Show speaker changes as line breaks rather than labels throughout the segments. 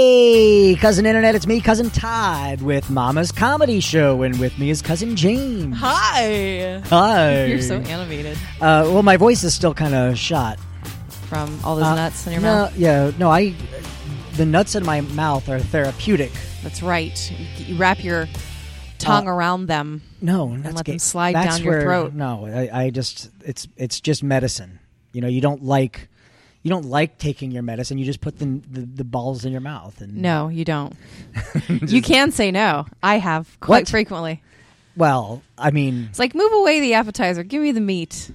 Hey, cousin internet, it's me, cousin Todd, with Mama's Comedy Show, and with me is cousin James.
Hi.
Hi.
You're so animated
Uh, well, my voice is still kind of shot.
from all those
Uh,
nuts in your
no,
mouth.
Yeah, no, I. The nuts in my mouth are therapeutic.
That's right. You, you wrap your tongue around them.
No, and that's
let them
gay.
slide
That's
down your
where-
throat.
No, I, I just it's it's just medicine. You know, you don't like you don't like taking your medicine. You just put the the, the balls in your mouth. And
No, you don't. you can say no. I have quite
What?
frequently.
well, I mean,
It's like move away the appetizer. Give me the meat.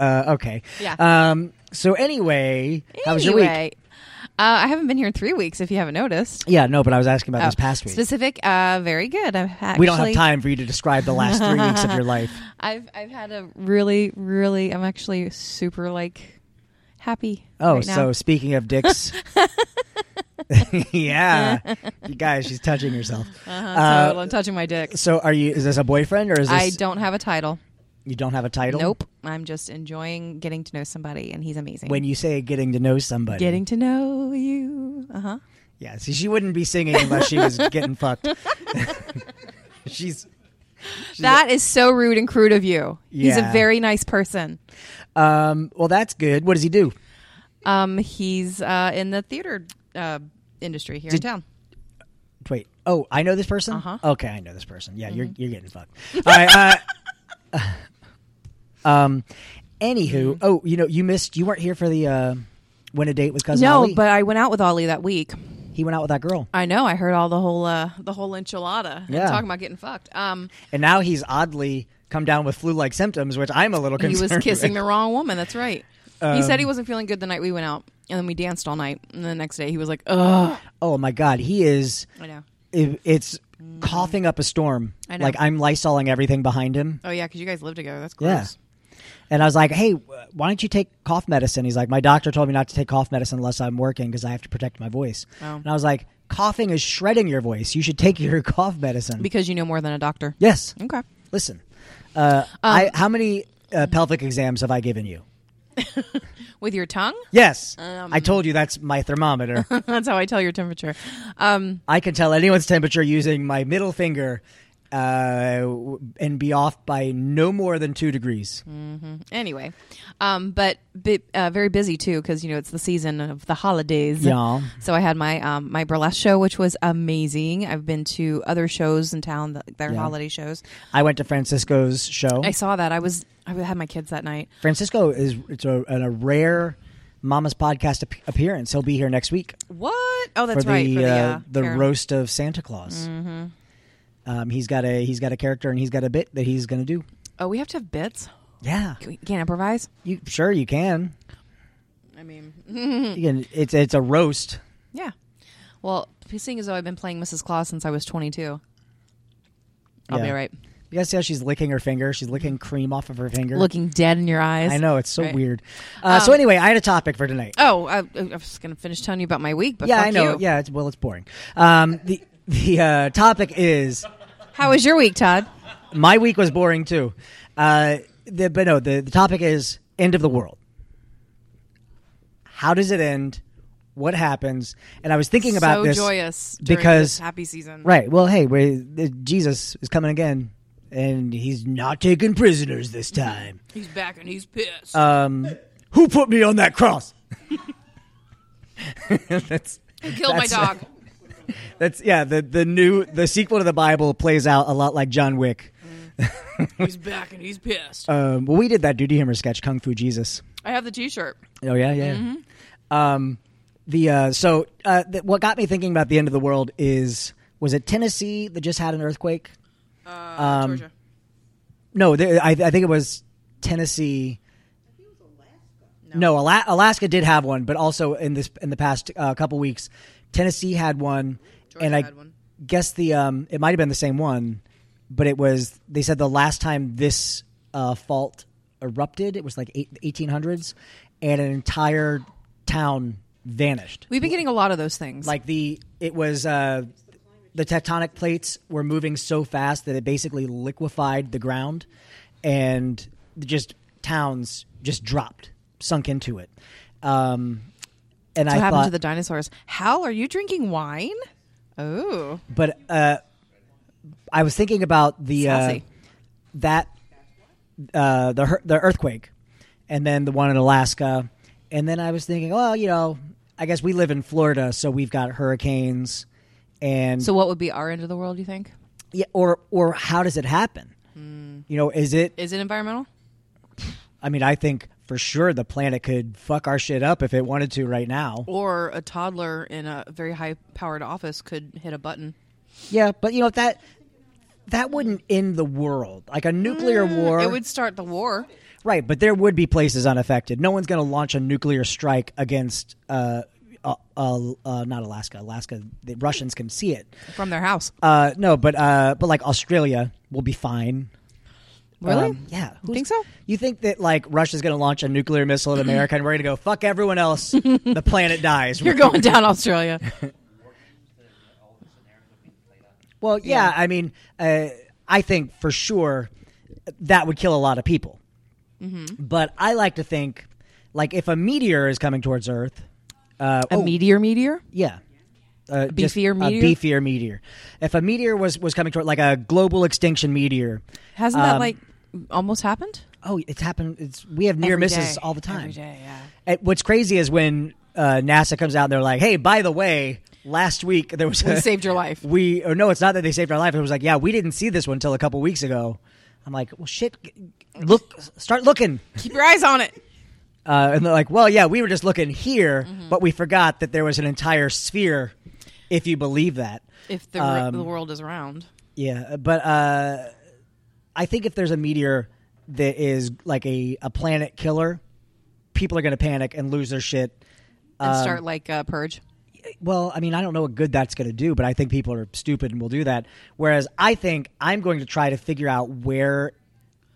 uh, okay.
Yeah.
Um. So anyway, how was your week?
Anyway, Uh, I haven't been here in three weeks. If you haven't noticed,
Yeah. No, but I was asking about this
Oh,
past week.
specific. Uh, very good. I've actually,
we don't have time for you to describe the last three weeks of your life.
I've I've had a really really. I'm actually super like happy.
Oh,
right now.
so speaking of dicks. yeah. You guys, she's touching herself.
Uh,
Uh,
so I'm touching my dick.
so are you is this a boyfriend or is this
I don't have a title.
you don't have a title?
Nope. I'm just enjoying getting to know somebody, and he's amazing.
When you say getting to know somebody.
getting to know you, uh huh.
Yeah, see she wouldn't be singing unless she was getting fucked. she's
That is so rude and crude of you. He's
Yeah.
a very nice person.
um well that's good. What does he do?
Um, he's uh, in the theater uh, industry here in town.
Wait. Oh, I know this person?
Uh-huh. Mm-hmm.
Okay, I know this person. Yeah, you're you're getting fucked. All right, uh, um
Mm-hmm.
anywho, oh, you know, you missed you weren't here for the uh win a date with cousin
No,
Ali.
but I went out with Ollie that week.
he went out with that girl.
I know. I heard all the whole uh, the whole enchilada and
Yeah.
talking about getting fucked. Um,
And now he's oddly come down with flu like symptoms, which I'm a little
he
concerned. Um,
was kissing the wrong woman. That's right. he said he wasn't feeling good the night we went out, and then we danced all night. And the next day, he was like, "Ugh."
with. Oh my god, he is
I know.
it- it's coughing up a storm.
I know.
Like I'm lysoling everything behind him.
Oh yeah, because you guys live together. That's gross.
Yeah. And I was like, "Hey, wh- why don't you take cough medicine?" He's like, "My doctor told me not to take cough medicine unless I'm working because I have to protect my voice."
Oh.
And I was like, "Coughing is shredding your voice. You should take your cough medicine."
Because you know more than a doctor.
yes.
Okay.
Listen, uh, I, how many uh, pelvic exams have I given you?
With your tongue?
Yes, I told you that's my thermometer.
That's how I tell your temperature. Um,
I can tell anyone's temperature using my middle finger uh, w- and be off by no more than two degrees.
anyway, um, but bi- uh, very busy too because you know it's the season of the holidays.
Yeah.
So I had my um, my burlesque show, which was amazing. I've been to other shows in town that they're
Yeah.
holiday shows.
I went to Francisco's show.
I saw that. I was I had my kids that night.
Francisco is it's a, an- a rare Mama's podcast ap- appearance. He'll be here next week
What? Oh, that's
for
right.
the
for the, Mm-hmm. uh,
the
harem.
roast of Santa Claus. Um, he's got a he's got a character and he's got a bit that he's going to do.
Oh, we have to have bits.
Yeah,
Can we can't improvise.
you sure you can?
I mean, Hmm.
You can it's it's a roast.
yeah. Well, seeing as though I've been playing Mrs. Claus since I was 22, I'll be
Yeah.
all right.
You guys see how she's licking her finger? She's licking cream off of her finger.
Looking dead in your eyes.
I know it's so
Mm-hmm. Right. Um,
weird. Uh, so anyway, I had a topic for tonight.
Oh, I, I was going to finish telling you about my week, but
yeah,
fuck
I know.
you.
Yeah, it's, well, it's boring. Um, the the uh, topic is
How was your week, Todd?
my week was boring too. Uh, the, but no, the, the topic is end of the world. How does it end? What happens? And I was thinking about
so
this
joyous during
because
this happy season,
right. Well, hey, we the- Jesus is coming again, and he's not taking prisoners this time.
He's back and he's pissed.
Um, who put me on that cross? that's
I killed my
that's-
dog.
that's yeah. The the new the sequel to the Bible plays out a lot like John Wick.
he's back and he's pissed.
Um, well, we did that Duty Hammer sketch, Kung Fu Jesus.
I have the T-shirt.
Oh yeah, yeah. Um, the uh, so uh, th- what got me thinking about the end of the world is was it Tennessee that just had an earthquake?
Uh, Georgia.
Um, No, there, I, I think it was Tennessee. No, Ala- Alaska did have one, but also in this in the past uh, couple weeks, Tennessee had one, and I
had one.
guess the um, it might have been the same one, but it was they said the last time this uh, fault erupted, it was like eight- 1800s, and an entire town vanished.
We've been getting a lot of those things.
Like the it was uh, the tectonic plates were moving so fast that it basically liquefied the ground, and just towns just dropped, sunk into it. Um, and I
what happened
thought,
to the dinosaurs? Hal, are you drinking wine? Oh,
but uh, I was thinking about the uh,
Sassy.
that uh, the hur- the earthquake, and then the one in Alaska, and then I was thinking, well, you know, I guess we live in Florida, so we've got hurricanes, and
so what would be our end of the world? You think
yeah, or or how does it happen?
Hmm.
You know, is it?
is it environmental?
I mean, I think for sure the planet could fuck our shit up if it wanted to right now.
Or a toddler in a very high-powered office could hit a button.
Yeah, but you know that that wouldn't end the world. Like a nuclear war,
Hmm, It would start the war.
right? But there would be places unaffected. No one's going to launch a nuclear strike against. Uh, uh, uh, uh, not Alaska. Alaska, the Russians can see it.
from their house.
Uh, no, but uh, but like Australia will be fine.
Really?
Um, yeah.
You
Who's-
think so?
You think that like Russia's going to launch a nuclear missile at America and we're going to go fuck everyone else? the planet dies.
You're going down Australia.
Well, yeah,
Yeah.
I mean, uh, I think for sure that would kill a lot of people.
Mm-hmm.
But I like to think, like, if a meteor is coming towards Earth, uh,
A
oh,
meteor, meteor.
yeah, uh, just
beefier meteor?
a beefier meteor. If a meteor was was coming toward, like, a global extinction meteor,
Hasn't that
Um,
like almost happened?
oh, it's happened. It's we have near
Every
misses
day.
all the time.
Every day, yeah.
And what's crazy is when uh, NASA comes out and they're like, "Hey, by the way, last week there was
We
a,
saved your life.
we or no, it's not that they saved our life. It was like, yeah, we didn't see this one until a couple weeks ago. I'm like, well, shit, g- look, start looking.
Keep your eyes on it.
Uh, and they're like, well, yeah, we were just looking here,
Mm-hmm.
but we forgot that there was an entire sphere, if you believe that.
If the, r
Um,
the world is round,
Yeah, but uh, I think if there's a meteor that is like a, a planet killer, people are going to panic and lose their shit.
and
um,
start like a purge.
Well, I mean, I don't know what good that's going to do, but I think people are stupid and will do that. Whereas I think I'm going to try to figure out where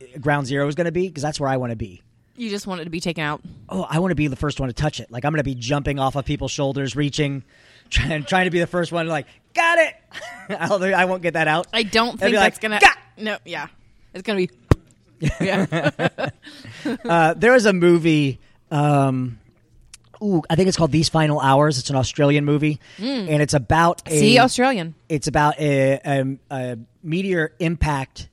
uh, ground zero is going to be because that's where I want to be.
You just want it to be taken out.
Oh, I want to be the first one to touch it. Like I'm going to be jumping off of people's shoulders, reaching, trying, trying to be the first one. Like, got it. Although I won't get that out.
I don't
They'd be
think that's
like,
gonna.
"Gah!"
No, yeah, it's gonna be. yeah,
Uh, there is a movie. Um, ooh, I think it's called These Final Hours. It's an Australian movie, and it's about a,
Hmm. see, Australian.
It's about a, a, a meteor impact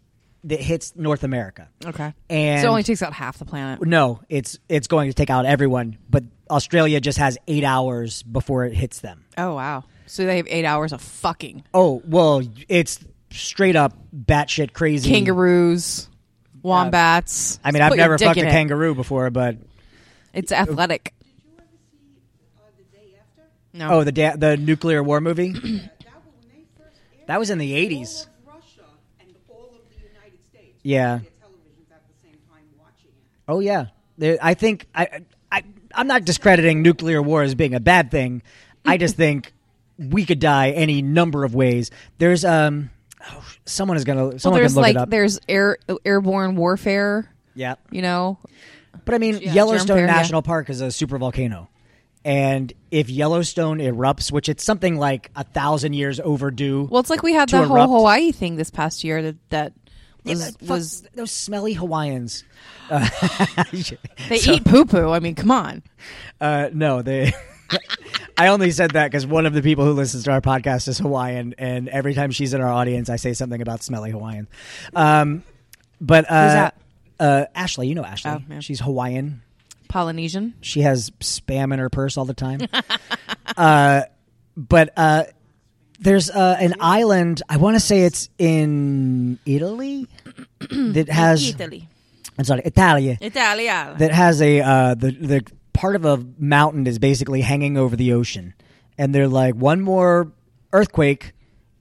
that hits North America.
Okay,
And
so it only takes out half the planet.
no, it's it's going to take out everyone, but Australia just has eight hours before it hits them.
Oh wow, so they have eight hours of fucking
Oh well, it's straight up batshit crazy.
kangaroos, wombats.
I mean,
Just
I've
put your
never
dick
fucked a
in it.
kangaroo before, but
It's athletic.
Did you ever see uh, The Day After?
No.
oh, the da- the nuclear war movie
That was when they first aired
that was in the
all
eighties.
of Russia and all of the United States.
Yeah.
Their televisions at the same time watching it.
Oh yeah, there, I think I, I I'm not discrediting nuclear war as being a bad thing. I just think we could die any number of ways. There's um, oh, someone is gonna
Well,
someone
there's
can look
like
it up.
there's air airborne warfare.
yeah,
You know,
but I mean
Yeah,
Yellowstone
germ theory, yeah.
National Park is a super volcano, and if Yellowstone erupts, which it's something like a thousand years overdue.
well, it's like we had
To
the whole
erupt.
Hawaii thing this past year that that
Yeah,
was
but fuck
was
those smelly Hawaiians? Uh,
they eat poo poo. I mean, come on.
Uh, no, they. I only said that because one of the people who listens to our podcast is Hawaiian, and every time she's in our audience, I say something about smelly Hawaiian. Um, but uh,
that?
Uh, Ashley, you know Ashley.
Oh, yeah.
She's Hawaiian.
Polynesian.
She has spam in her purse all the time. uh, but uh, there's uh, an island. I want to say it's in Italy that has. I'm sorry, Italia
Italia.
that has a uh, the the part of a mountain is basically hanging over the ocean, and they're like one more earthquake,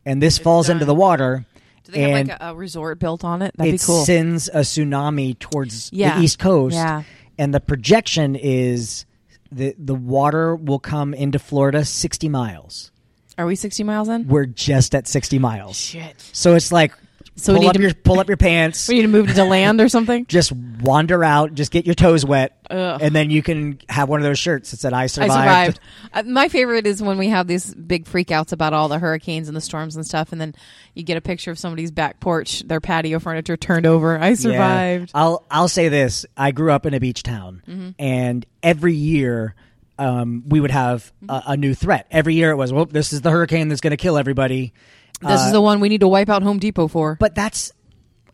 and this falls into
done.
the water,
Do they have
and
like a, a resort built on it? That'd
it
be cool.
sends a tsunami towards
Yeah.
the east coast,
Yeah.
and the projection is the the water will come into Florida sixty miles.
Are we 60 miles in?
We're just at sixty miles,
Shit.
so it's like
So we
pull
need
up
to-
your pull up your pants.
We need to move to land or something.
just wander out, just get your toes wet,
Ugh.
and then you can have one of those shirts that said "I
I
survived."
survived. Uh, my favorite is when we have these big freakouts about all the hurricanes and the storms and stuff, and then you get a picture of somebody's back porch, their patio furniture turned over. I
Yeah.
survived. Mm-hmm.
I'll I'll say this: I grew up in a beach town, and every year um, we would have a,
Mm-hmm.
a new threat every year. It was, well, this is the hurricane that's going to kill everybody.
This is the one we need to wipe out Home Depot for.
But that's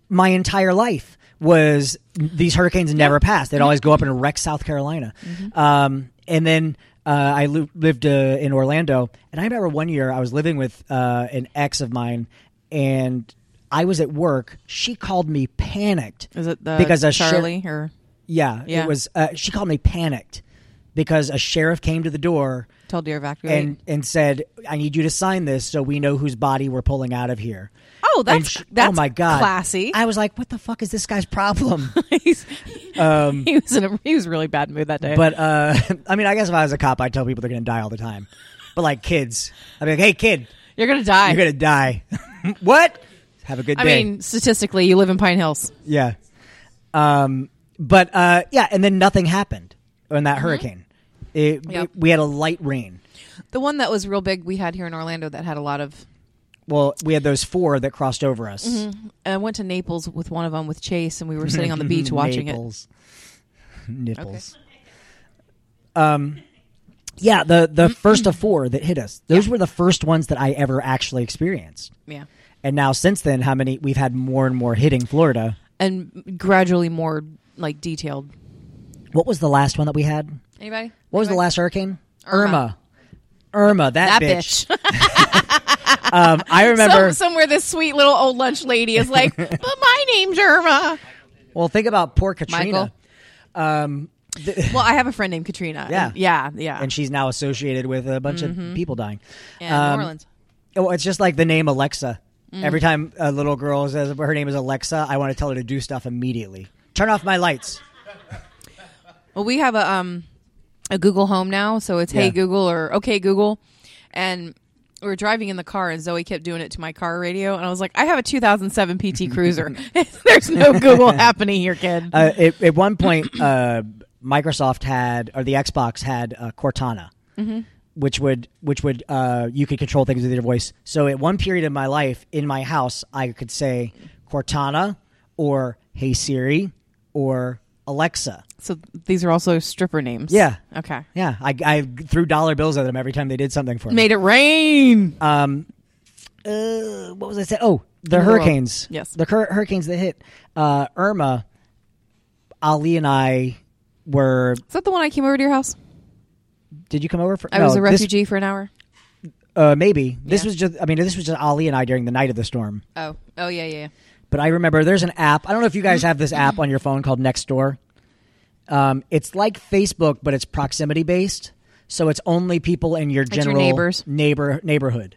my entire life was these hurricanes never passed. They'd always go up and wreck South Carolina.
Mm-hmm.
Um, and then uh, I li- lived uh, in Orlando, and I remember one year I was living with uh, an ex of mine, and I was at work. She called me panicked
is it the
because a sheriff-
Charlie or
yeah,
Yeah.
it was. Uh, she called me panicked because a sheriff came to the door
told you to evacuate?
and and said, "I need you to sign this so we know whose body we're pulling out of here."
Oh,
And
that's-
sh- oh
that's
my god,
classy.
I was like, "What the fuck is this guy's problem?"
He's- he was in a he was really bad mood that day.
but uh, I mean, I guess if I was a cop, I'd tell people they're gonna die all the time. But like kids, I'd be like, "Hey, kid,
you're gonna die.
you're gonna die." what? Have a good
I
day.
mean, statistically, you live in Pine Hills.
Yeah. Um, but uh, yeah, and then nothing happened in that hurricane. It,
Mm-hmm. Yep.
we, we had a light rain.
The one that was real big we had here in Orlando that had a lot of.
Well, we had those four that crossed over us.
Mm-hmm. I went to Naples with one of them with Chase, and we were sitting on the beach watching it.
Naples. Mm, Nipples. Um, yeah, the the
Mm-hmm.
first of four that hit us. Those were the first ones that I ever actually experienced.
Yeah,
And now since then, how many we've had more and more hitting Florida.
and gradually more like detailed.
What was the last one that we had?
Anybody?
What was the
Anybody?
last hurricane?
Irma.
Irma, Irma that,
That
bitch.
bitch.
Um, I remember.
Some, somewhere this sweet little old lunch lady is like, but my name's Irma.
well, think about poor Katrina.
Michael. Well, I have a friend named Katrina.
Yeah.
And- yeah, yeah.
And she's now associated with a bunch of people dying.
Mm-hmm. yeah,
Um,
New Orleans.
Oh, it's just like the name Alexa. Every time a little girl says her name is Alexa, I want to tell her to do stuff immediately. Turn off my lights.
Well, we have a um a Google Home now, so it's
Yeah.
Hey Google or Okay Google, and we were driving in the car, and Zoe kept doing it to my car radio, and I was like, I have a 2007 PT Cruiser. There's no Google happening here, kid.
Uh, it, at one point, uh, Microsoft had or the Xbox had uh, Cortana, which would which would uh, you could control things with your voice. So at one period of my life in my house, I could say Cortana or Hey Siri or Alexa.
so these are also stripper names.
Yeah.
Okay.
Yeah, I, I threw dollar bills at them every time they did something for me.
Made it rain.
uh, what was I saying? Oh, the
Another
hurricanes.
one. Yes.
the cur- hurricanes that hit uh, Irma. Ali and I were.
is that the one I came over to your house?
Did you come over? For,
I
no,
was a
this-
refugee for an hour.
uh, maybe this
Yeah.
was just. I mean, this was just Ali and I during the night of the storm.
Oh. Oh yeah yeah. yeah.
But I remember there's an app. I don't know if you guys have this app on your phone called Nextdoor. Um, it's like Facebook, but it's proximity based. So it's only people in your
your
general
neighbors.
neighbor neighborhood.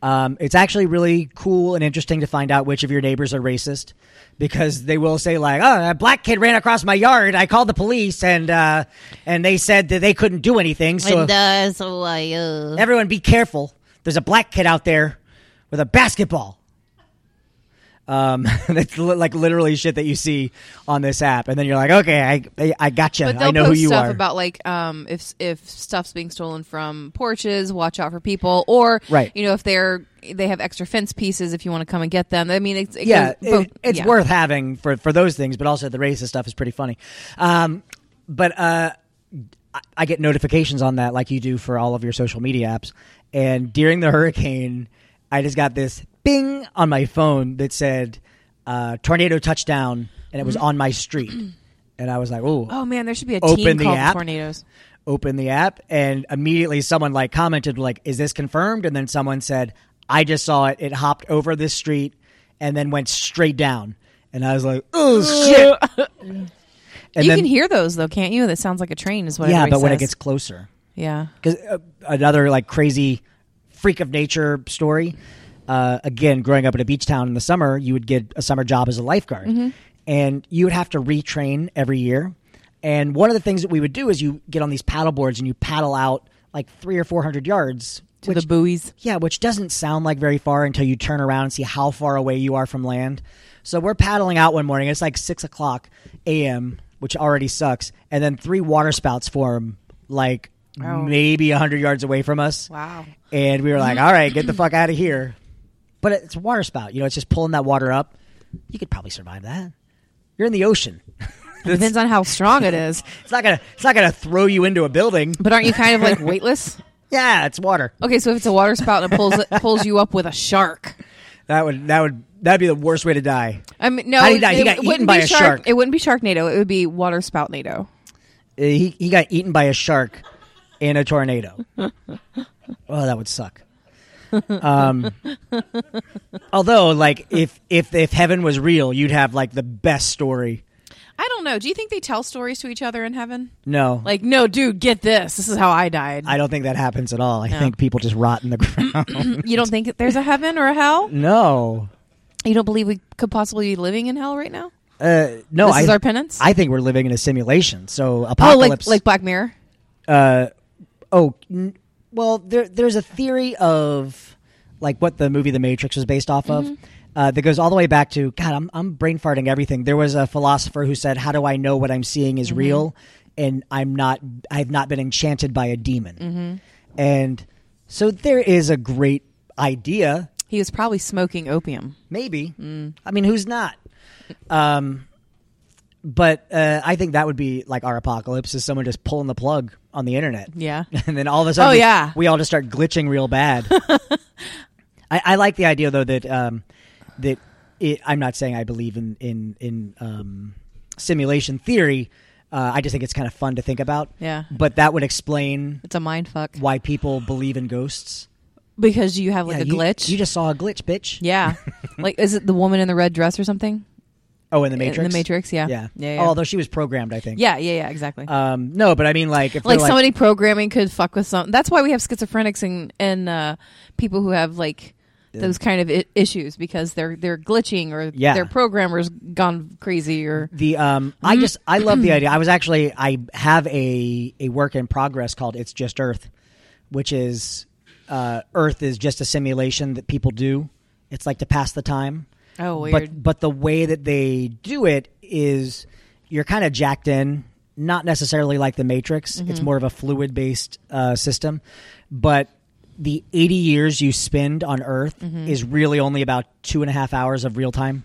Um, it's actually really cool and interesting to find out which of your neighbors are racist because they will say like, "Oh, a black kid ran across my yard. I called the police and uh, and they said that they couldn't do anything. So
uh, so I,
Mm-hmm.
uh,
Everyone be careful. There's a black kid out there with a basketball. Um, that's li- like literally shit that you see on this app, and then you're like, okay, I I, I gotcha.
But they'll
I know
post
who you
stuff
are.
about like um, if if stuff's being stolen from porches, watch out for people, or
Right.
you know if they're they have extra fence pieces if you want to come and get them. I mean, it's, it
yeah,
goes both-
it- it's
yeah.
worth having for for those things, but also the racist stuff is pretty funny. Um, but uh, I, I get notifications on that like you do for all of your social media apps, and during the hurricane, I just got this bing on my phone that said uh, tornado touchdown, and it was
Mm-hmm.
on my street, and I was like, oh,
Oh man, there should be a
Open
team
the
called
app.
Tornadoes.
open the app and immediately someone like commented like is this confirmed and then someone said i just saw it it hopped over this street and then went straight down and i was like oh shit and
you
then
can hear those though, can't you? That sounds like a train, is what.
yeah
everybody
but when it
says.
gets closer
yeah,
because uh, another like crazy freak of nature story. Uh, again, growing up in a beach town in the summer, you would get a summer job as a lifeguard,
Mm-hmm.
and you would have to retrain every year. And one of the things that we would do is you get on these paddle boards and you paddle out like three or four hundred yards
to the buoys.
yeah, which doesn't sound like very far until you turn around and see how far away you are from land. So we're paddling out one morning. It's like six o'clock a.m., which already sucks. And then three water spouts form, like maybe a hundred yards away from us.
Wow.
And we were like, "All right, get the fuck out of here." But it's a water spout. You know, it's just pulling that water up. You could probably survive that. You're in the ocean.
Depends on how strong it is.
It's not gonna. It's not gonna throw you into a building.
But aren't you kind of like weightless?
Yeah, it's water.
Okay, so if it's a water spout and it pulls it pulls you up with a shark.
That would. That would. That'd be the worst way to die.
I mean, no,
How did he die? He got eaten
wouldn't
by
be
a shark.
It wouldn't be shark NATO. It would be water spout NATO.
Uh, He he got eaten by a shark in a tornado. oh, that would suck. Um, although, like, if if if heaven was real, you'd have like the best story.
I don't know. Do you think they tell stories to each other in heaven?
No,
Like, no, dude, get this. This is how I died.
I don't think that happens at all. I think people just rot in the ground.
you don't think there's a heaven or a hell?
no,
You don't believe we could possibly be living in hell right now?
uh, no.
This
I,
is our penance?
I think we're living in a simulation. So
Oh, like
apocalypse.
like Black Mirror.
uh, oh, n- well, there, there's a theory of like what the movie The Matrix was based off of uh, that goes all the way back to God. I'm I'm brain farting everything. There was a philosopher who said, "How do I know what I'm seeing is real, and I'm not? I've not been enchanted by a demon." And so there is a great idea,
He was probably smoking opium.
maybe. I mean, who's not? Um, but uh, I think that would be like our apocalypse is someone just pulling the plug on the internet
Yeah.
and then all of a sudden,
Oh,
we-
yeah.
we, all just start glitching real bad. I, I like the idea though that um, that it, I'm not saying I believe in in in um, simulation theory. Uh, I just think it's kind of fun to think about.
Yeah.
but that would explain
It's a mind fuck.
why people believe in ghosts.
Because you have like
Yeah,
a
you-
glitch.
You, just saw a glitch, bitch.
yeah. like is it the woman in the red dress or something?
Oh, in the Matrix.
In the Matrix, yeah.
Yeah.
Yeah.
Although she was programmed, I think.
yeah, yeah, yeah, exactly.
Um, no, but I mean, like, if
like,
they're
somebody programming could fuck with some. That's why we have schizophrenics and and uh, people who have like those kind of I- issues because they're they're glitching or
Yeah.
their programmer's gone crazy or
The um, I just I love the idea. I was actually I have a a work in progress called "It's Just Earth," which is uh, Earth is just a simulation that people do. It's like to pass the time.
oh
But but the way that they do it is you're kind of jacked in, not necessarily like the Matrix. It's more of a fluid based uh, system, but the 80 years you spend on Earth is really only about two and a half hours of real time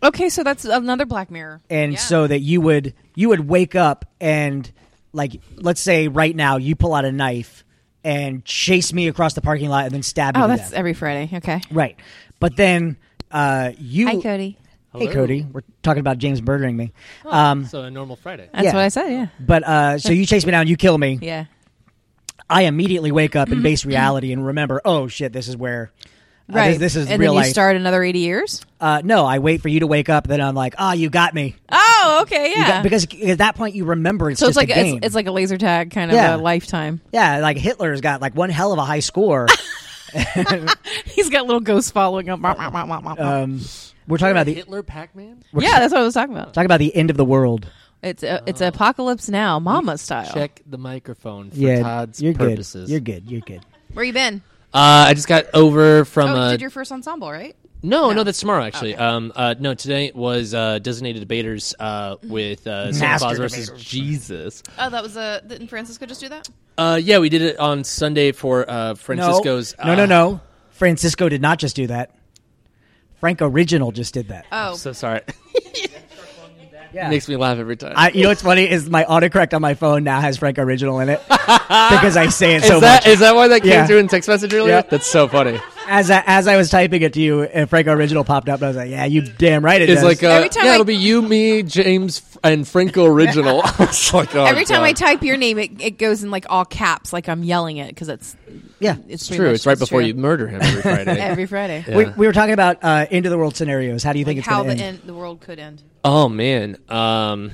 okay, so that's another Black Mirror.
and
Yeah.
so that you would you would wake up and like let's say right now you pull out a knife and chase me across the parking lot and then stab me
oh,
to
that's
death.
every Friday. Okay.
right but then uh you
Hi, Cody.
hey
Hello.
cody we're talking about james murdering me um
So a normal Friday.
That's
Yeah.
what I said. Yeah.
but uh so you chase me down you kill me
Yeah.
i immediately wake up and base reality and remember oh shit this is where uh,
Right.
this, this is
and
real
then you
life
start another eighty years.
uh no i wait for you to wake up then i'm like ah you got me
Oh, okay,
You
yeah.
got- because at that point you remember it's
so it's
just
like
a
a,
game.
it's, it's like a laser tag kind of
Yeah.
a lifetime.
Yeah, like Hitler's got like one hell of a high score.
He's got little ghosts following him. Wah, wah, wah, wah, wah, wah.
Um, we're talking about the
Hitler Pac-Man.
yeah, that's what I was talking about.
talking about the end of the world.
It's a, it's apocalypse now, mama style.
Oh. Check the microphone for
yeah,
Todd's
you're
purposes.
good. You're good. You're good.
Where you been?
Uh, I just got over from
Oh, you
a
did your first ensemble, right?
no, no, that's tomorrow actually. Um, uh, no, today was uh, designated debaters uh,
Mm-hmm.
with uh, Santa
Master
Claus versus Jesus.
Oh, that was a. Didn't Francisco just do that?
Uh, yeah, we did it on Sunday for uh, Francisco's. uh,
no, no, no, no. Francisco did not just do that. Frank Original just did that.
Oh.
I'm so sorry.
Yeah.
Makes me laugh every time.
I, you know what's funny is my autocorrect on my phone now has Frank Original in it because I say it
is
so
that
much.
is that why that came
Yeah.
through in text message earlier?
Yeah.
That's so funny.
As I, as I was typing it to you, and Frank Original popped up, and I was like, "Yeah, you damn right it
It's
does."
like uh,
Every time
yeah,
I-
it'll be you, me, James, f- and Franco original. It's like, oh,
Every time I
God.
type your name, it, it goes in like all caps, like I'm yelling it because it's
yeah.
it's
It's true. It's right before you murder him every Friday.
every Friday.
We,
Yeah.
we were talking about uh, end of the world scenarios. How do you think it's
how the
going to
end, the world could end.
Oh man, um,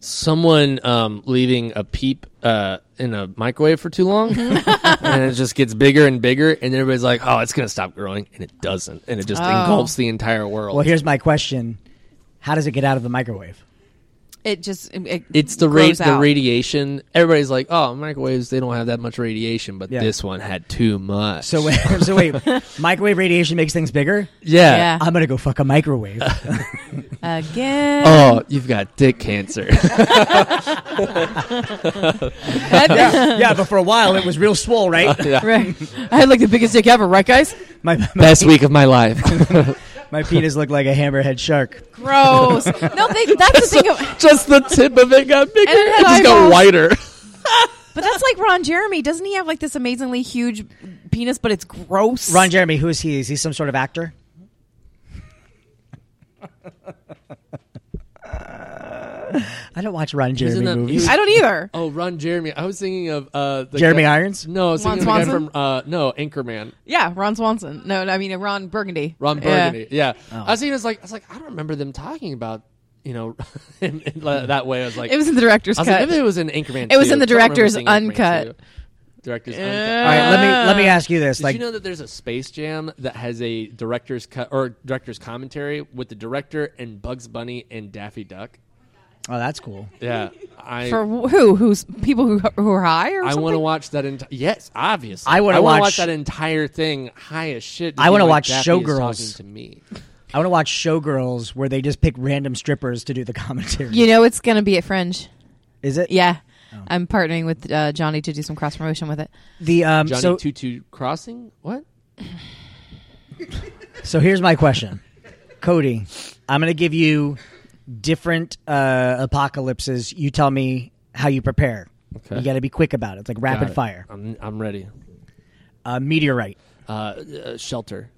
someone um, leaving a peep uh, in a microwave for too long, and it just gets bigger and bigger, and everybody's like, "Oh, it's gonna stop growing," and it doesn't, and it just
Oh.
engulfs the entire world.
Well, here's my question: How does it get out of the microwave?
It just it, it
it's the
grows
rate, the
out.
radiation. Everybody's like, "Oh, microwaves, they don't have that much radiation," but
Yeah.
this one had too much.
So wait, so wait, microwave radiation makes things bigger.
yeah.
Yeah.
I'm gonna go fuck a microwave.
again.
Oh, you've got dick cancer.
yeah, yeah, but for a while it was real swole, right?
Right. I had like the biggest dick ever, right, guys?
My, my-
Best week of my life.
My penis looked like a hammerhead shark.
Gross. no, they, that's the thing. of-
Just the tip of it got bigger.
And it had
It just got
eyeballs.
wider.
But that's like Ron Jeremy. Doesn't he have like this amazingly huge penis, but it's gross?
Ron Jeremy, who is he? Is he some sort of actor? I don't watch Ron Jeremy
in that-
movies.
I don't either.
Oh, Ron Jeremy. I was thinking of uh, the
Jeremy
guy-
Irons?
No, I was
Ron
thinking of the guy
Swanson?
from uh, no Anchorman.
Yeah, Ron Swanson. No, I mean uh, Ron Burgundy.
Ron
Yeah.
Burgundy. Yeah,
Oh.
I was thinking it was like I was like I don't remember them talking about you know in, in la- that way. I was like
It was in the director's
I was
cut.
like, maybe it was in Anchorman.
It was
2.
in the
I don't remember
director's
seeing Anchorman
uncut.
2. Director's
All
uncut.
right, let me let me ask you this.
Did
like,
you know that there's a Space Jam that has a director's cut or director's commentary with the director and Bugs Bunny and Daffy Duck?
oh, that's cool.
Yeah, I
For wh- who? Who's people who who are high or
I
something?
want to watch that entire. Yes, obviously.
I wanna
wanna
watch-
that entire thing high as shit.
I wanna
hear what
watch
Daffy is
Showgirls.
talking to me.
I want to watch Showgirls where they just pick random strippers to do the commentary.
You know, it's gonna be at Fringe.
Is it?
Yeah,
Oh.
I'm partnering with uh, Johnny to do some cross promotion with it.
The um.
Johnny
so
Tutu Crossing. What?
so here's my question, Cody. I'm gonna give you different uh, apocalypses. You tell me how you prepare.
Okay.
You got to be quick about it. It's like rapid
Got it.
fire.
I'm I'm ready.
Uh, meteorite.
Uh, uh, shelter.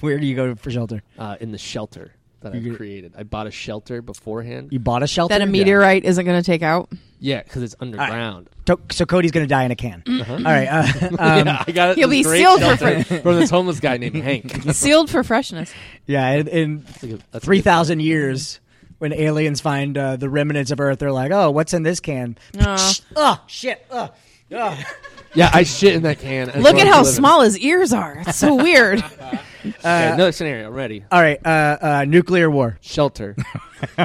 Where do you go for shelter?
Uh, in the shelter that I've created, I bought a shelter beforehand.
You bought a shelter.
That a meteorite isn't gonna take out.
yeah, because it's underground.
To- so Cody's gonna die in a can. All right. Uh, um,
yeah, I got it.
He'll
this
be
great
sealed for
shelter from this homeless guy named Hank.
Sealed for freshness.
yeah. In, in
That's
three thousand years, when aliens find uh, the remnants of Earth, they're like, "Oh, what's in this can?"
Uh,
Oh shit. Oh.
Yeah, I shit in that can. I
look at
wanted
how
to live in-
small his ears are. It's so weird.
Uh,
Okay, another scenario. I'm ready.
All right. Uh, uh, nuclear war.
Shelter.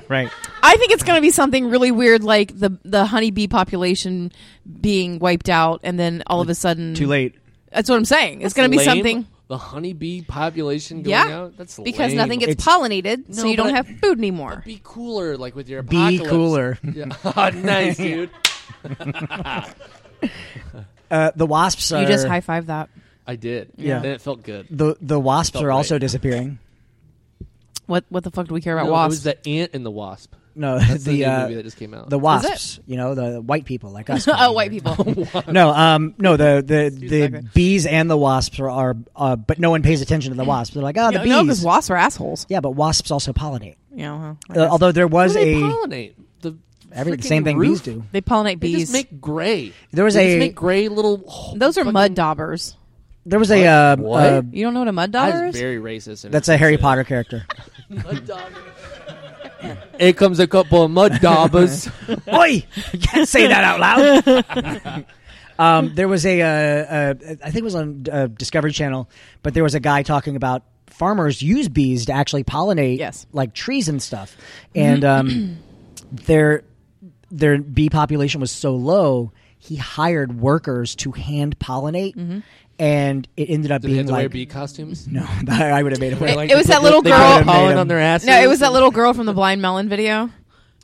right.
I think it's going to be something really weird, like the the honeybee population being wiped out, and then all of a sudden,
Too late.
That's what I'm saying. It's going to be
Lame.
something.
The honeybee population going
Yeah,
out. That's
because
lame.
nothing gets
It's-
pollinated, so
No,
you don't
but-
have food anymore.
Be cooler, like with your
Be
apocalypse.
cooler.
Yeah. Oh, nice, dude.
Uh, the wasps are.
You just high five that.
I did.
Yeah.
and it felt good.
the the wasps
Felt
are also
right.
disappearing.
What what the fuck do we care about
No, it was
wasps?
the ant and the wasp.
No,
That's the,
the
new
uh,
movie that just came out.
the
Is it?
wasps. You know, the white people like us.
oh, white people.
No, um, no. The the the
exactly.
bees and the wasps are, are uh, but no one pays attention to the wasps. They're like, oh, the
No,
bees.
because wasps are assholes.
yeah, but wasps also pollinate.
You know, huh?
Uh, although there
What
was
do they
a
pollinate the
every,
freaking
same thing
roof?
bees do.
they pollinate
They
bees.
just make gray.
There was
They just
a-
make gray little.
Those are mud daubers.
There was a uh,
What?
uh,
You don't know what a mud dauber
That's
is?
very racist. and
that's a Harry
offensive.
Potter character.
Mud dauber. Here comes a couple of mud daubers.
Oi! You can't say that out loud. um, there was a, uh, uh, I think it was on uh, Discovery Channel, but there was a guy talking about farmers use bees to actually pollinate,
Yes.
like trees and stuff, and um, their their bee population was so low, he hired workers to hand pollinate, and it ended up
Do they
being
have to
like
wear bee costumes?
no, I would have made it work.
It was that little
they
girl-
put pollen
Made 'em.
on their asses.
No, it was that little girl from the Blind Melon video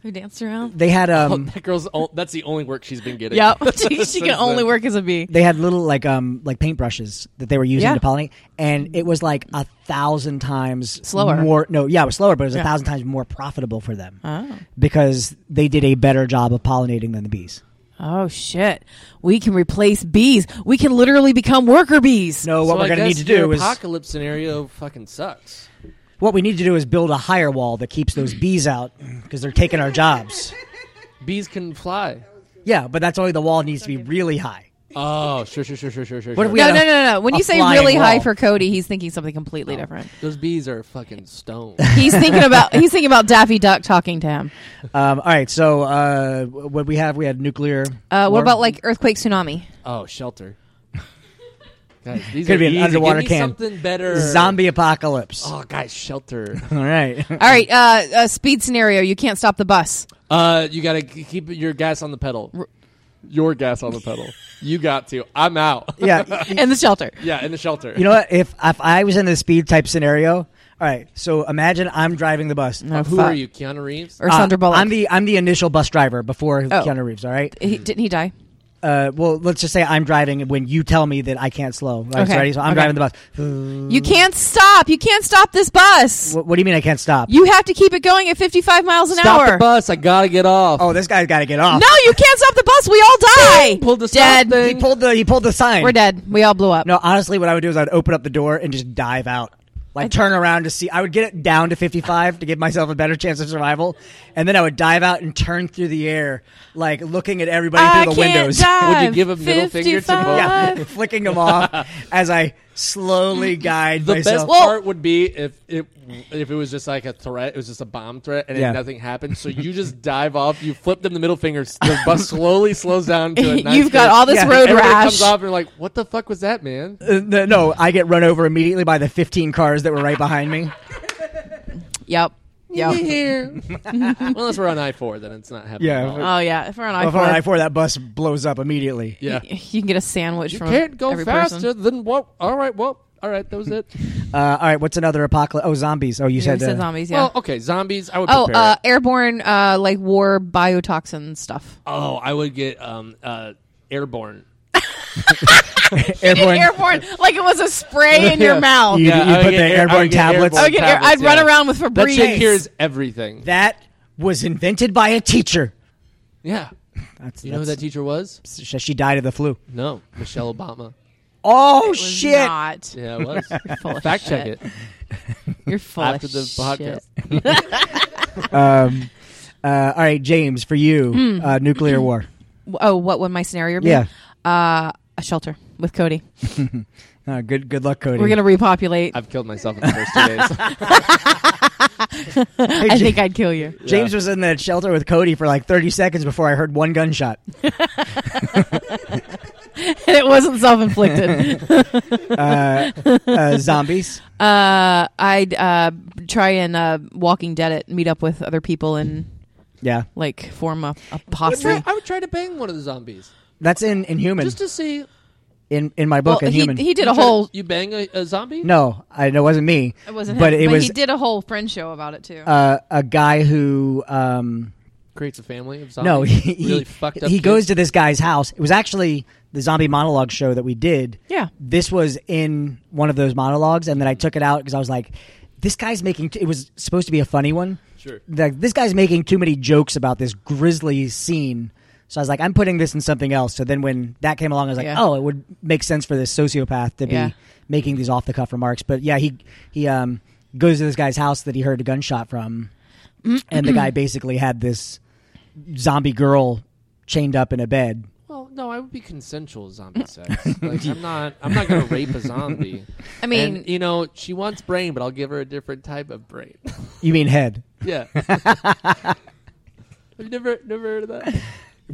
who danced around.
They had
Oh,
um,
that girl's. o- that's the only work she's been getting.
Yep, she, she
Since
can only
then.
work as a bee.
they had little like um like paintbrushes that they were using
Yeah.
to pollinate, and it was like a thousand times
Slower.
More no, yeah, it was slower, but it was
Yeah.
a thousand times more profitable for them
Oh.
because they did a better job of pollinating than the bees.
Oh shit! We can replace bees. We can literally become worker bees.
No, what
So
we're
I
going to need
guess
to
your
do is
apocalypse scenario fucking sucks.
what we need to do is build a higher wall that keeps those bees out because they're taking our jobs.
Bees can fly.
Yeah, but that's only the wall needs to be really high.
Oh, sure, sure, sure, sure, sure, sure.
What if
sure.
we
no,
had
no,
a-
no, no. When
a
you say
flying
really high
wall.
for Cody, he's thinking something completely different.
Those bees are fucking stone.
He's thinking about he's thinking about Daffy Duck talking to him.
Um, all right, so uh, what we have, we had nuclear.
Uh, what
war.
about like earthquake tsunami?
oh, shelter. Guys, these
Could
are
be an
easy.
underwater
Give me
can.
Something better.
zombie apocalypse?
Oh, guys, shelter.
All right.
All right, uh, uh, speed scenario. You can't stop the bus.
Uh, you gotta k- keep your gas on the pedal. Your gas on the pedal. You got to. I'm out.
yeah,
In the shelter.
yeah, in the shelter.
You know what? If if I was in the speed type scenario, all right. So imagine I'm driving the bus.
No,
who
fuck.
are you, Keanu Reeves?
Or
Uh,
Sandra Bullock.
I'm the I'm the initial bus driver before
Oh.
Keanu Reeves. All right.
he, didn't he die?
uh, well, let's just say I'm driving when you tell me that I can't slow. Right?
Okay.
Ready? So I'm
Okay.
driving the bus.
You can't stop. You can't stop this bus.
What, what do you mean I can't stop?
You have to keep it going at 55 miles an
Stop
hour.
the bus! I gotta get off.
oh, this guy's got to get off.
No, you can't stop the bus. We all die.
Pulled the stop
dead.
thing.
he pulled the he pulled the sign.
We're dead. We all blew up.
No, honestly, what I would do is I'd open up the door and just dive out. Like turn around to see. I would get it down to 55 to give myself a better chance of survival, and then I would dive out and turn through the air, like looking at everybody
I
through the
can't
windows.
dive.
Would you give a middle finger to
55.
both?
yeah, flicking them off as I slowly guide
The
myself.
best part would be if it if it was just like a threat, it was just a bomb threat, and
Yeah.
then nothing happened. So you just dive off, you flip them the middle fingers. The bus slowly slows down to a nice
You've got all this
Yeah.
road
Everyone
rash.
comes off and you're like, "What the fuck was that, man?"
Uh, no, no, I get run over immediately by the 15 cars that were right behind me.
Yep. Yep.
Here, unless we're on I four, then it's not happening.
Yeah,
at all.
but-
oh yeah. If we're on
Before I
I-4,
four, that bus blows up immediately.
yeah.
y- you can get a sandwich
You
from
can't go
every
faster
person.
than what? All right, well, all right, that was it.
Uh, all right, what's another apocalypse? Oh, zombies. Oh, you
Yeah, we
said,
said
uh,
zombies. Yeah.
Well, okay, zombies. I would.
oh,
Prepare.
uh, airborne, uh, like war biotoxin stuff.
oh, I would get um uh airborne.
airborne.
airborne, like it was a spray in your
Yeah.
mouth.
You, you
Yeah, I would
put
get
the
air- I would
airborne
get
tablets.
airborne.
I would get air- I'd
Tablets,
run
yeah.
around with
That
Febreze.
shit cures everything.
That was invented by a teacher.
yeah.
That's,
You know who that
that's-
teacher was?
sh- she died of the flu.
No, Michelle Obama.
Oh
It was
shit!
not.
Yeah, it was.
full of
Fact check
shit.
it
You're full
after
of
the
shit.
podcast.
Um, uh, all right, James, for you,
Hmm.
uh, nuclear war.
Oh, what would my scenario be?
Yeah.
Uh, a shelter with Cody.
Uh, good, good luck, Cody.
We're gonna repopulate.
I've killed myself in the first two days.
Hey,
I
Ja-
think I'd kill you.
James was in that shelter with Cody for like 30 seconds before I heard one gunshot.
and it wasn't self inflicted.
Uh, uh, zombies.
uh, I'd uh, try and uh, Walking Dead it, meet up with other people and
Yeah,
like form a, a
I would, try,
posse.
I would try to bang one of the zombies
that's in Inhuman.
just to see.
in in my
Well,
book,
he,
Inhuman.
he did a whole.
You bang a, a zombie?
no, I it wasn't me.
It wasn't
but
him,
it
but
was
he did a whole friend show about it too.
uh, a guy who. Um,
Creates a family of zombies.
no, he, he-
really fucked up.
he
kids?
goes to this guy's house. It was actually the zombie monologue show that we did.
Yeah.
this was in one of those monologues, and then I took it out because I was like, "This guy's making." T- it was supposed to be a funny one.
Sure.
Like this guy's making too many jokes about this grisly scene. So I was like, I'm putting this in something else. So then when that came along, I was like,
Yeah.
oh, it would make sense for this sociopath to be
Yeah.
making these off the cuff remarks. But yeah, he he um goes to this guy's house that he heard a gunshot from, and the guy basically had this zombie girl chained up in a bed.
Well, no, I would be consensual zombie sex. Like, I'm not. I'm not going to rape a zombie.
I mean,
e-
And, you know, she wants brain, but I'll give her a different type of brain.
You mean head?
yeah. I've never, never heard of that.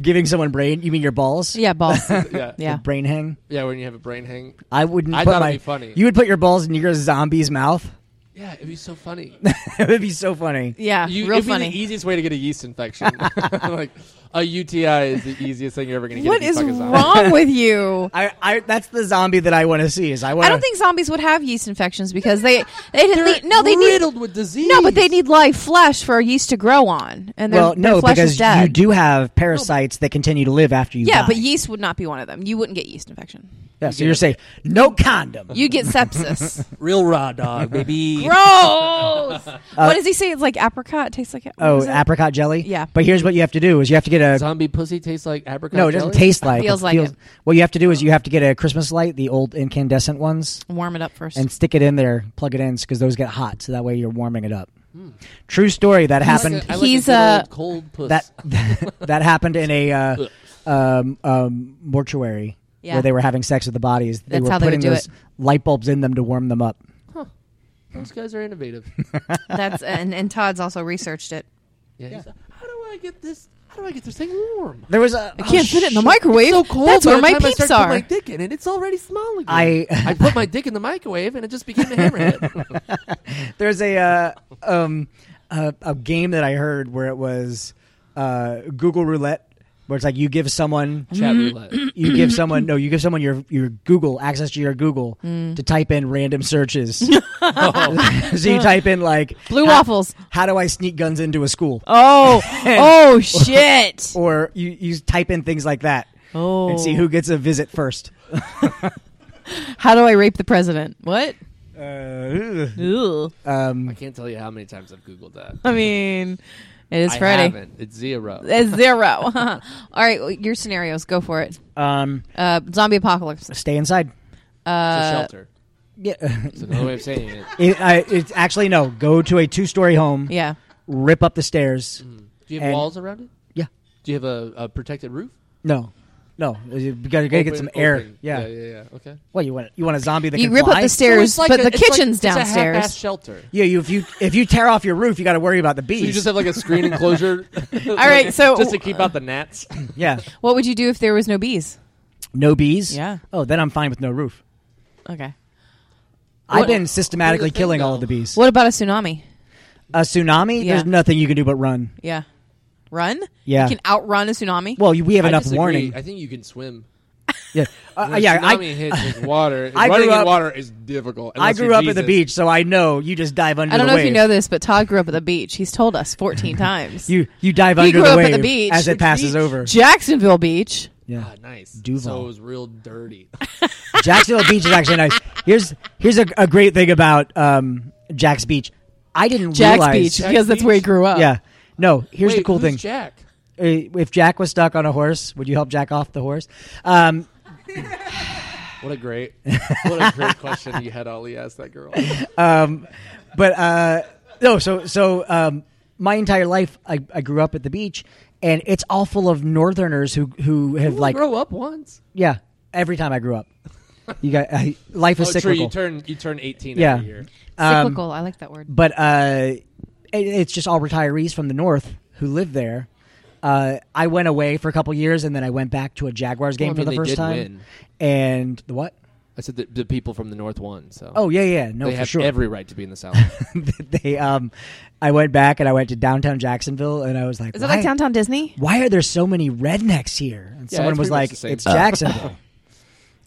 Giving someone brain? You mean your balls?
yeah, balls.
Yeah,
yeah.
Brain hang?
yeah. When you have a brain hang,
I wouldn't.
I
put
thought it'd
my-
be funny.
You would put your balls in your zombie's mouth.
yeah, it'd be so funny.
it would be so funny.
Yeah,
You,
real
it'd
funny.
Be the easiest way to get a yeast infection. like a UTI is the easiest thing you're ever going to get.
what
if you
is
fuck a zombie.
wrong with you?
I, I that's the zombie that I want to see. Is I want.
I don't think zombies would have yeast infections because they they, they no they need
riddled with disease.
no but they need live flesh for yeast to grow on and their,
Well,
their
no,
flesh
because
is dead.
you do have parasites that continue to live after you.
yeah,
die.
but yeast would not be one of them. You wouldn't get yeast infection.
Yeah, so you're safe. No condom.
You get sepsis.
real raw dog, baby.
Gross. what does he say? It's like apricot. It tastes like what
Uh, oh,
was it?
apricot jelly.
Yeah.
But here's what you have to do: is you have to get a.
Zombie pussy tastes like apricot.
no, it doesn't
jelly?
taste like.
Feels like it.
What you have to do is you have to get a Christmas light, the old incandescent ones,
Warm it up first.
and stick it in there, plug it in, because those get hot. So that way you're warming it up.
Hmm.
True story. That
I like
happened.
a- I like
He's
a, good
a-
old cold puss.
that that happened in a uh, um, um, mortuary
Yeah.
where they were having sex with the bodies. They
That's
were
how they would
putting
do
those
it.
light bulbs in them to warm them up.
Those guys are innovative.
That's and, and Todd's also researched it.
Yeah. he's like, How do I get this? How do I get this thing warm?
There was a oh, I
Can't fit it in the microwave.
Oh, So cold.
That's
by
where
the
my
time I
peeps
start to
are.
Put my dick in it. It's already small again.
I-
I put my dick in the microwave and it just became a hammerhead.
There's a uh, um a, a game that I heard where it was uh, Google Roulette, where it's like you give someone
Chat roulette.
you give someone no you give someone your your Google access to your Google
Mm.
to type in random searches. so you type in like
Blue
how-
waffles.
How do I sneak guns into a school?
Oh, oh shit.
Or you you type in things like that.
Oh.
and see who gets a visit first.
How do I rape the president? What?
Uh,
Ooh.
um,
I can't tell you how many times I've googled that.
I mean, it is
I
Friday.
haven't. It's Uh, zero.
It's zero. All right, well, your scenarios. Go for it.
um,
Uh, zombie apocalypse.
stay inside.
it's
Uh,
a shelter.
Yeah,
It's another way of saying it.
it, I, it's actually no. Go to a two-story home.
Yeah.
Rip up the stairs.
Do you have
And-
walls around it?
Yeah.
Do you have a, a protected roof?
No. No. You gotta, gotta get
Open-
some air.
open.
Yeah.
yeah, yeah, yeah. Okay.
Well, you want you want a zombie that
You
can
rip
fly?
up the stairs, but the kitchen's
It's a half-ass
downstairs.
shelter.
Yeah. You if you if you tear off your roof, you got to worry about the bees.
So you just have like a screen enclosure. All
right, so-
just to keep out the gnats.
yeah.
What would you do if there was no bees?
No bees.
Yeah.
Oh, then I'm fine with no roof.
Okay.
I've been systematically
Here's the thing,
killing all
though.
of the bees.
What about a tsunami?
A tsunami?
Yeah.
There's nothing you can do but run.
Yeah. Run?
Yeah.
You can outrun a tsunami?
Well, you- we have
I
enough
disagree.
warning.
I think you can swim.
yeah. Uh,
When a
yeah.
tsunami
I,
hits with water.
I
running
grew
in
up-
water is difficult.
I
unless
grew
you're
up at the
Jesus.
beach, so I know you just dive under
I don't
the
know
wave.
if you know this, but Todd grew up at the beach. He's told us 14 times.
You you dive
He
under
grew
the
up at
wave
the beach. Oh,
as it
It's
passes
beach.
over.
Jacksonville Beach.
Yeah.
Ah, nice.
Duval.
So it was real dirty.
Jacksonville Beach is actually nice. Here's here's a, a great thing about um, Jack's Beach. I didn't
Jack's
realize.
Beach, because that's where he grew up.
Yeah. No. Here's the
Wait,
cool
who's
thing.
Jack.
Uh, If Jack was stuck on a horse, would you help Jack off the horse? Um,
What a great, what a great question you had Ollie ask that girl.
but uh, no. So so um, my entire life, I, I grew up at the beach, and it's all full of Northerners who who have
You
like
grow up once.
yeah. Every time I grew up, you got I, life is
Oh, true.
cyclical.
You turn you turn eighteen
Yeah.
every year.
Um,
Cyclical. I like that word.
but uh, it, it's just all retirees from the north who live there. Uh, I went away for a couple years, and then I went back to a Jaguars game
Well, I
for
mean,
the
they
first
did
time.
win.
And the what?
I said the, the people from the north won. So
Oh yeah, yeah, no,
they
for
have
sure.
every right to be in the south.
they, um, I went back and I went to downtown Jacksonville, and I was like,
Is it
why,
like downtown Disney?
Why are there so many rednecks here? And
Yeah,
someone
it's
was
pretty much
like,
the same
it's
thing.
Jacksonville.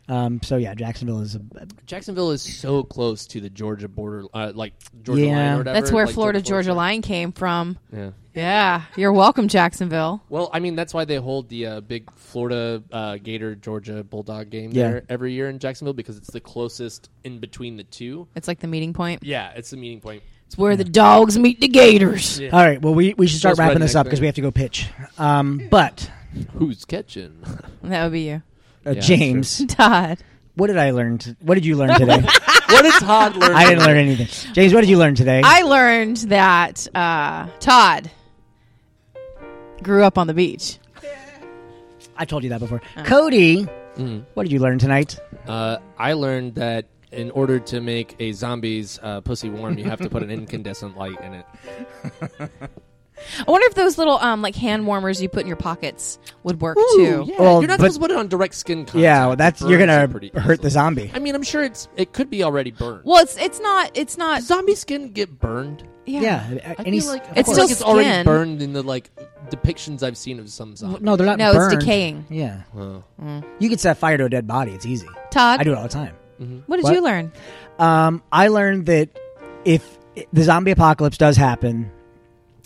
um, so yeah, Jacksonville is a,
Jacksonville is so close to the Georgia border, uh, like Georgia line
Yeah.
or whatever.
That's where
like
Florida Georgia Line came from.
Yeah.
Yeah. You're welcome, Jacksonville.
Well, I mean, that's why they hold the uh, big Florida uh, Gator Georgia Bulldog game
Yeah.
there every year in Jacksonville because it's the closest in between the two.
It's like the meeting point.
Yeah, it's the meeting point.
It's where the dogs meet the gators.
all right. Well, we, we should start
Those
wrapping this
redneck
up because we have to go pitch. Um, but
Who's catching?
That would be you.
uh,
that's true.
James,
Todd.
what did I learn? To, what did you learn today?
what did Todd learn?
I didn't learn anything. James, what did you learn today?
I learned that uh, Todd grew up on the beach.
I told you that before.
Oh.
Cody,
Mm.
what did you learn tonight?
Uh, I learned that in order to make a zombie's uh, pussy warm, you have to put an incandescent light in it.
I wonder if those little um, like hand warmers you put in your pockets would work too.
yeah.
Well,
you're not
but-
supposed to put it on direct skin contact.
yeah, well,
It
that's you're
burns
gonna
you pretty
hurt the
easily.
zombie.
I mean, I'm sure it's it could be already burned.
Well, it's it's not it's not
Does zombie skin get burned?
yeah.
yeah,
I
any
feel like
of
it's
It's
course.
still
like it's already
skin.
burned in the like depictions I've seen of some zombies.
no, they're not.
No, it's
burned.
decaying.
Yeah,
Wow.
you can set fire to a dead body. It's easy.
Todd,
I do it all the time.
what did
What?
you learn?
Um, I learned that if the zombie apocalypse does happen,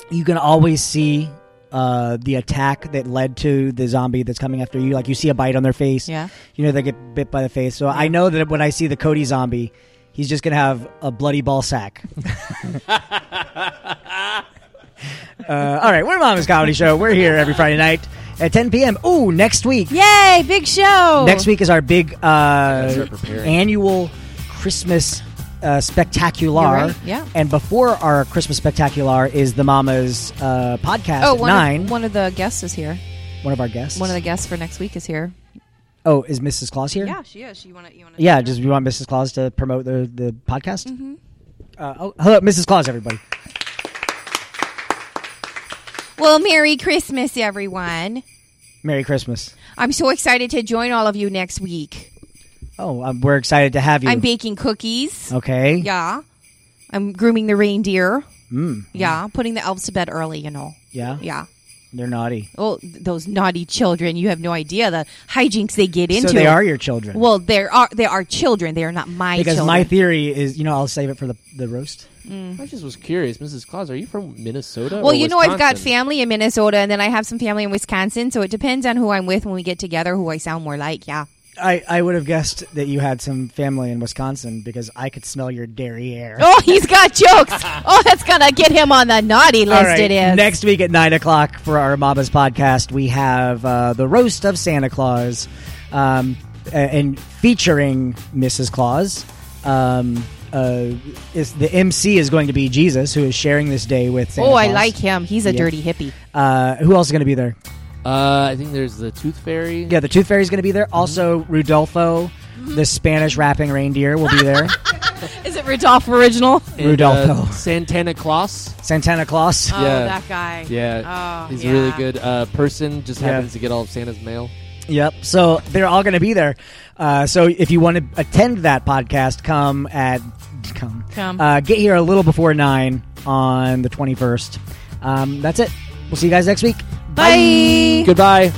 you can always see uh, the attack that led to the zombie that's coming after you. Like you see a bite on their face.
Yeah.
You know they get bit by the face. So I know that when I see the Cody zombie, he's just gonna have a bloody ball sack. uh, all right, we're Mama's Comedy Show. We're here every Friday night at 10 p.m. Ooh, next week.
Yay, big show.
Next week is our big uh,
start preparing.
annual Christmas uh, spectacular.
You're right, yeah.
And before our Christmas spectacular is the Mama's uh, podcast
Oh,
at
one
nine.
Of, one of the guests is here.
one of our guests.
One of the guests for next week is here.
oh, is Mrs. Claus here?
she is. You want to you want
Yeah, just you want Mrs. Claus to promote the the podcast.
Mm-hmm.
Uh, oh, hello, Mrs. Claus, everybody.
Well, Merry Christmas, everyone.
Merry Christmas.
I'm so excited to join all of you next week.
Oh, um, we're excited to have you. Oh.
I'm baking cookies.
okay.
Yeah. I'm grooming the reindeer.
Mm,
Yeah. Putting the elves to bed early, you know.
yeah.
Yeah.
They're naughty.
Oh, th- those naughty children. You have no idea the hijinks they get into.
So they are your children.
Well, they are, they are children. They are not my
because
children.
my theory is, you know, I'll save it for the, the roast.
I just was curious, Mrs. Claus, are you from Minnesota?
Well,
or
you know, I've got
Wisconsin?
family in Minnesota, and then I have some family in Wisconsin. So it depends on who I'm with when we get together, who I sound more like. Yeah.
I, I would have guessed that you had some family in Wisconsin because I could smell your derriere.
Oh, he's got jokes. Oh, that's gonna get him on the naughty list.
All right.
It is.
Next week at 9 o'clock for our Mama's podcast, we have uh, the roast of Santa Claus um, a- and featuring Mrs. Claus. Um, uh, is, the MC is going to be Jesus, who is sharing this day with Santa
oh, I
Claus.
like him. He's a
Yeah.
dirty hippie.
Uh, who else is going to be there?
Uh, I think there's the Tooth Fairy.
Yeah, the Tooth Fairy is going to be there. Also,
Mm-hmm.
Rudolfo, the Spanish rapping reindeer, will be there.
Is it Rudolph original?
and,
Rudolpho.
uh, Santana Claus.
Santana
Uh,
Claus.
Oh,
Yeah.
that guy.
Yeah,
Oh,
he's
yeah.
a really good uh, person. Just
Yeah.
happens to get all of Santa's mail.
Yep. So they're all going to be there. Uh, so if you want to attend that podcast, come at come
Come.
Uh, get here a little before nine on the twenty first. Um, that's it. We'll see you guys next week.
Bye.
Goodbye.